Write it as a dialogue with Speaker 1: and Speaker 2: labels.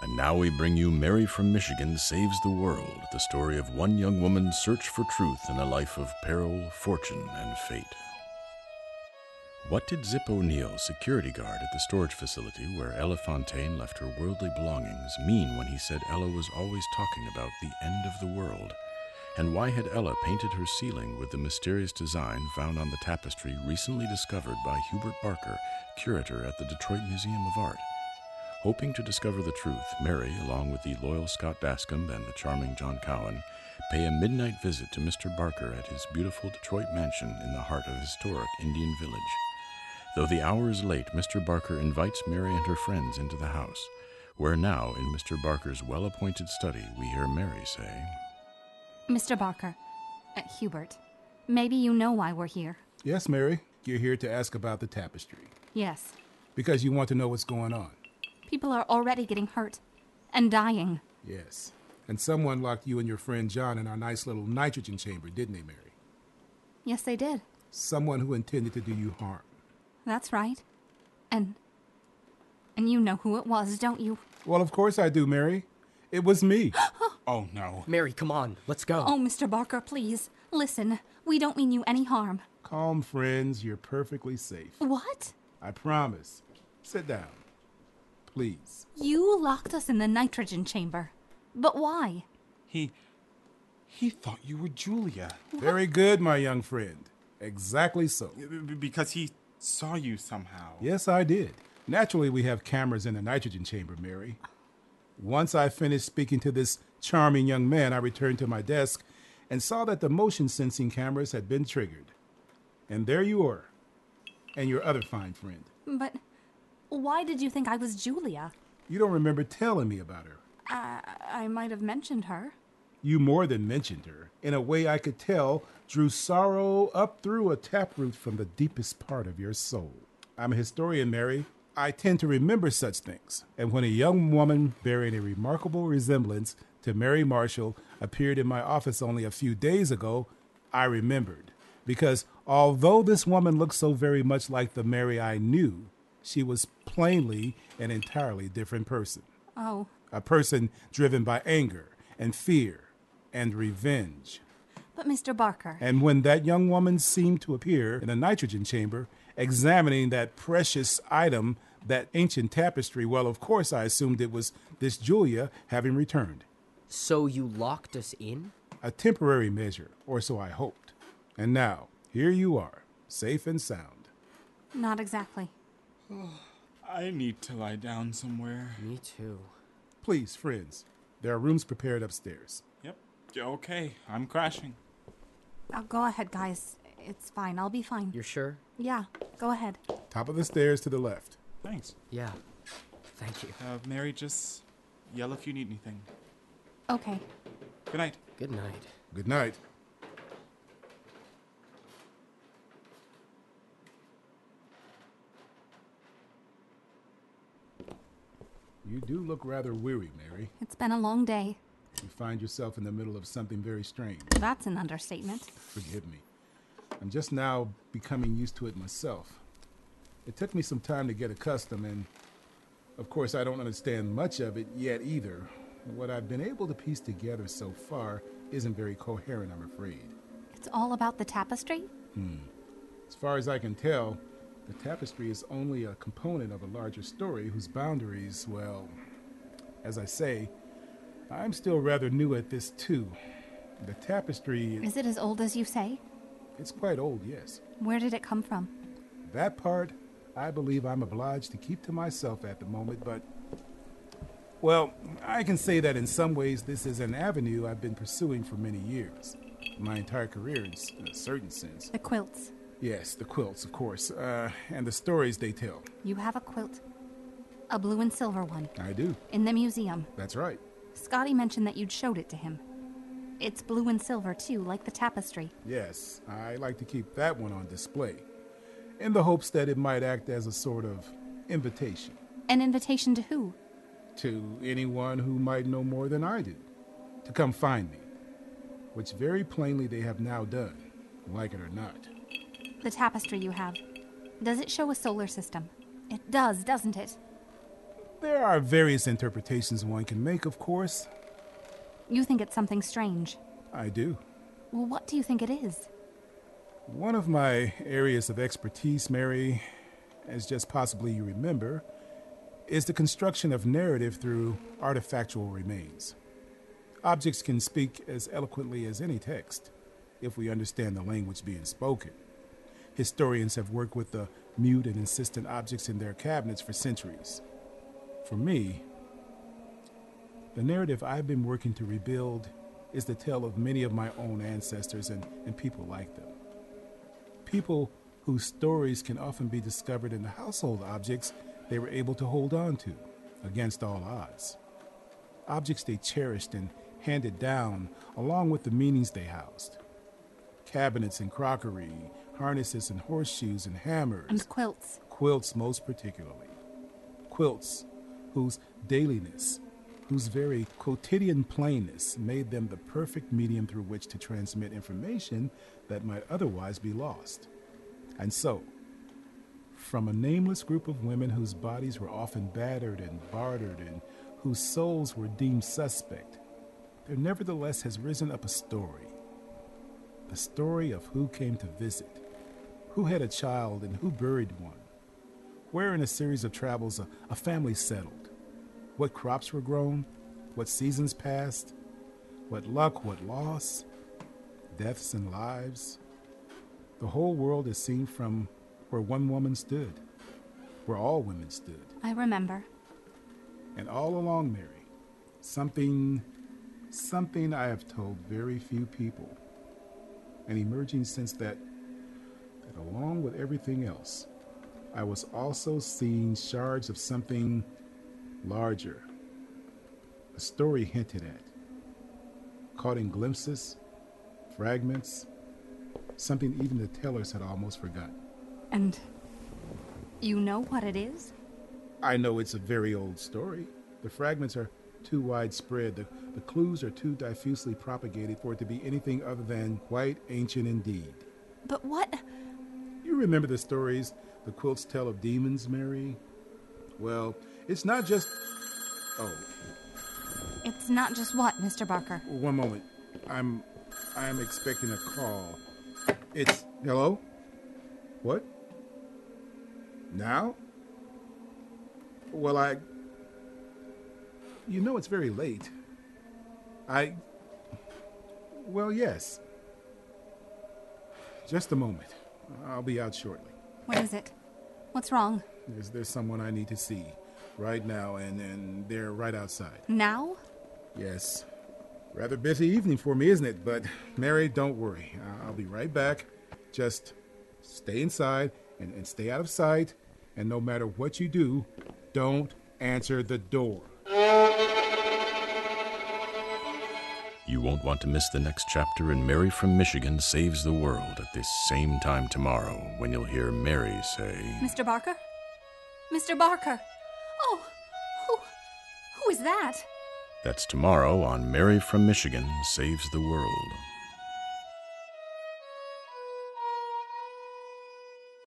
Speaker 1: And now we bring you Mary from Michigan Saves the World, the story of one young woman's search for truth in a life of peril, fortune, and fate. What did Zip O'Neill, security guard at the storage facility where Ella Fontaine left her worldly belongings, mean when he said Ella was always talking about the end of the world? And why had Ella painted her ceiling with the mysterious design found on the tapestry recently discovered by Hubert Barker, curator at the Detroit Museum of Art? Hoping to discover the truth, Mary, along with the loyal Scott Bascomb and the charming John Cowan, pay a midnight visit to Mr. Barker at his beautiful Detroit mansion in the heart of historic Indian Village. Though the hour is late, Mr. Barker invites Mary and her friends into the house, where now, in Mr. Barker's well appointed study, we hear Mary say,
Speaker 2: Mr. Barker, uh, Hubert, maybe you know why we're here.
Speaker 3: Yes, Mary, you're here to ask about the tapestry
Speaker 2: Yes,
Speaker 3: because you want to know what's going on.
Speaker 2: people are already getting hurt and dying.
Speaker 3: Yes. And someone locked you and your friend John in our nice little nitrogen chamber, didn't they, Mary?
Speaker 2: Yes, they did.
Speaker 3: Someone who intended to do you harm.
Speaker 2: That's right. And. And you know who it was, don't you?
Speaker 3: Well, of course I do, Mary. It was me. oh, no.
Speaker 4: Mary, come on, let's go.
Speaker 2: Oh, Mr. Barker, please. Listen, we don't mean you any harm.
Speaker 3: Calm, friends. You're perfectly safe.
Speaker 2: What?
Speaker 3: I promise. Sit down. Please.
Speaker 2: You locked us in the nitrogen chamber. But why?
Speaker 5: He. He thought you were Julia.
Speaker 3: Very good, my young friend. Exactly so.
Speaker 5: B- b- Because he saw you somehow.
Speaker 3: Yes, I did. Naturally, we have cameras in the nitrogen chamber, Mary. Once I finished speaking to this charming young man, I returned to my desk and saw that the motion sensing cameras had been triggered. And there you are, and your other fine friend.
Speaker 2: But. Why did you think I was Julia?
Speaker 3: You don't remember telling me about her.
Speaker 2: I might have mentioned her.
Speaker 3: You more than mentioned her in a way I could tell drew sorrow up through a taproot from the deepest part of your soul. I'm a historian, Mary. I tend to remember such things. And when a young woman bearing a remarkable resemblance to Mary Marshall appeared in my office only a few days ago, I remembered. Because although this woman looked so very much like the Mary I knew, she was plainly an entirely different person
Speaker 2: Oh,
Speaker 3: a person driven by anger and fear and revenge.
Speaker 2: but Mr. Barker.
Speaker 3: And when that young woman seemed to appear in the nitrogen chamber, examining that precious item, that ancient tapestry, well, of course, I assumed it was this Julia having returned.
Speaker 4: So you locked us in?
Speaker 3: A temporary measure, or so I hoped. And now, here you are, safe and sound.
Speaker 2: Not exactly.
Speaker 5: I need to lie down somewhere.
Speaker 4: Me too.
Speaker 3: Please, friends, there are rooms prepared upstairs.
Speaker 5: Yep. Yeah, Okay, I'm crashing.
Speaker 2: Oh, go ahead, guys. It's fine. I'll be fine.
Speaker 4: You're sure?
Speaker 2: Yeah, go ahead.
Speaker 3: Top of the stairs to the left.
Speaker 5: Thanks.
Speaker 4: Yeah. Thank you.
Speaker 5: Uh, Mary, just yell if you need anything.
Speaker 2: Okay.
Speaker 5: Good night.
Speaker 4: Good night.
Speaker 3: Good night. You do look rather weary, Mary.
Speaker 2: It's been a long day.
Speaker 3: You find yourself in the middle of something very strange.
Speaker 2: That's an understatement.
Speaker 3: Forgive me. I'm just now becoming used to it myself. It took me some time to get accustomed, and of course, I don't understand much of it yet either. And what I've been able to piece together so far isn't very coherent, I'm afraid.
Speaker 2: It's all about the tapestry?
Speaker 3: As far as I can tell, the tapestry is only a component of a larger story whose boundaries, well, as I say, I'm still rather new at this too. The tapestry is
Speaker 2: Is it as old as you say?
Speaker 3: it's quite old, yes.
Speaker 2: Where did it come from?
Speaker 3: That part I believe I'm obliged to keep to myself at the moment, but well, I can say that in some ways this is an avenue I've been pursuing for many years. My entire career, in s- in a certain sense.
Speaker 2: The quilts.
Speaker 3: Yes, the quilts, of course, uh, and the stories they tell.
Speaker 2: You have a quilt. A blue and silver one.
Speaker 3: I do.
Speaker 2: In the museum.
Speaker 3: That's right.
Speaker 2: Scotty mentioned that you'd showed it to him. It's blue and silver, too, like the tapestry.
Speaker 3: Yes, I like to keep that one on display in the hopes that it might act as a sort of invitation
Speaker 2: An invitation to who?
Speaker 3: to anyone who might know more than I do to come find me, which very plainly they have now done, like it or not.
Speaker 2: The tapestry you have. Does it show a solar system? It does, doesn't it?
Speaker 3: There are various interpretations one can make, of course.
Speaker 2: You think it's something strange.
Speaker 3: I do.
Speaker 2: Well, what do you think it is?
Speaker 3: One of my areas of expertise, Mary, as just possibly you remember, is the construction of narrative through artifactual remains. Objects can speak as eloquently as any text, if we understand the language being spoken. Historians have worked with the mute and insistent objects in their cabinets for centuries. For me, the narrative I've been working to rebuild is the tale of many of my own ancestors and, and people like them. People whose stories can often be discovered in the household objects they were able to hold on to, against all odds. Objects they cherished and handed down, along with the meanings they housed cabinets and crockery, harnesses and horseshoes and hammers
Speaker 2: And quilts.
Speaker 3: quilts most particularly. Quilts whose dailiness, whose very quotidian plainness made them the perfect medium through which to transmit information that might otherwise be lost. And so, from a nameless group of women whose bodies were often battered and bartered and whose souls were deemed suspect, there nevertheless has risen up a story. The story of who came to visit, who had a child and who buried one, where in a series of travels a, a family settled, what crops were grown, what seasons passed, what luck, what loss, deaths and lives. The whole world is seen from where one woman stood, where all women stood.
Speaker 2: I remember.
Speaker 3: And all along, Mary, something, something I have told very few people. An emerging sense that, that along with everything else, I was also seeing shards of something larger. A story hinted at, caught in glimpses, fragments, something even the tellers had almost forgotten.
Speaker 2: And you know what it is?
Speaker 3: I know it's a very old story. The fragments are too widespread. The, the clues are too diffusely propagated for it to be anything other than quite ancient indeed.
Speaker 2: But what?
Speaker 3: You remember the stories the quilts tell of demons, Mary? Well, it's not just. Oh,
Speaker 2: It's not just what, Mr. Barker.
Speaker 3: one moment. I'm. I'm expecting a call. It's. Hello? What? Now? Well, I. You know it's very late. I. Well, yes. Just a moment. I'll be out shortly.
Speaker 2: What is it? What's wrong?
Speaker 3: There's, there's someone I need to see right now, and, and they're right outside.
Speaker 2: Now?
Speaker 3: Yes. Rather busy evening for me, isn't it? But, Mary, don't worry. I- I'll be right back. Just stay inside and, and stay out of sight. And no matter what you do, don't answer the door.
Speaker 1: You won't want to miss the next chapter in Mary from Michigan Saves the World at this same time tomorrow when you'll hear Mary say.
Speaker 2: Mr. Barker? Mr. Barker! Oh, who, who is that?
Speaker 1: That's tomorrow on Mary from Michigan Saves the World.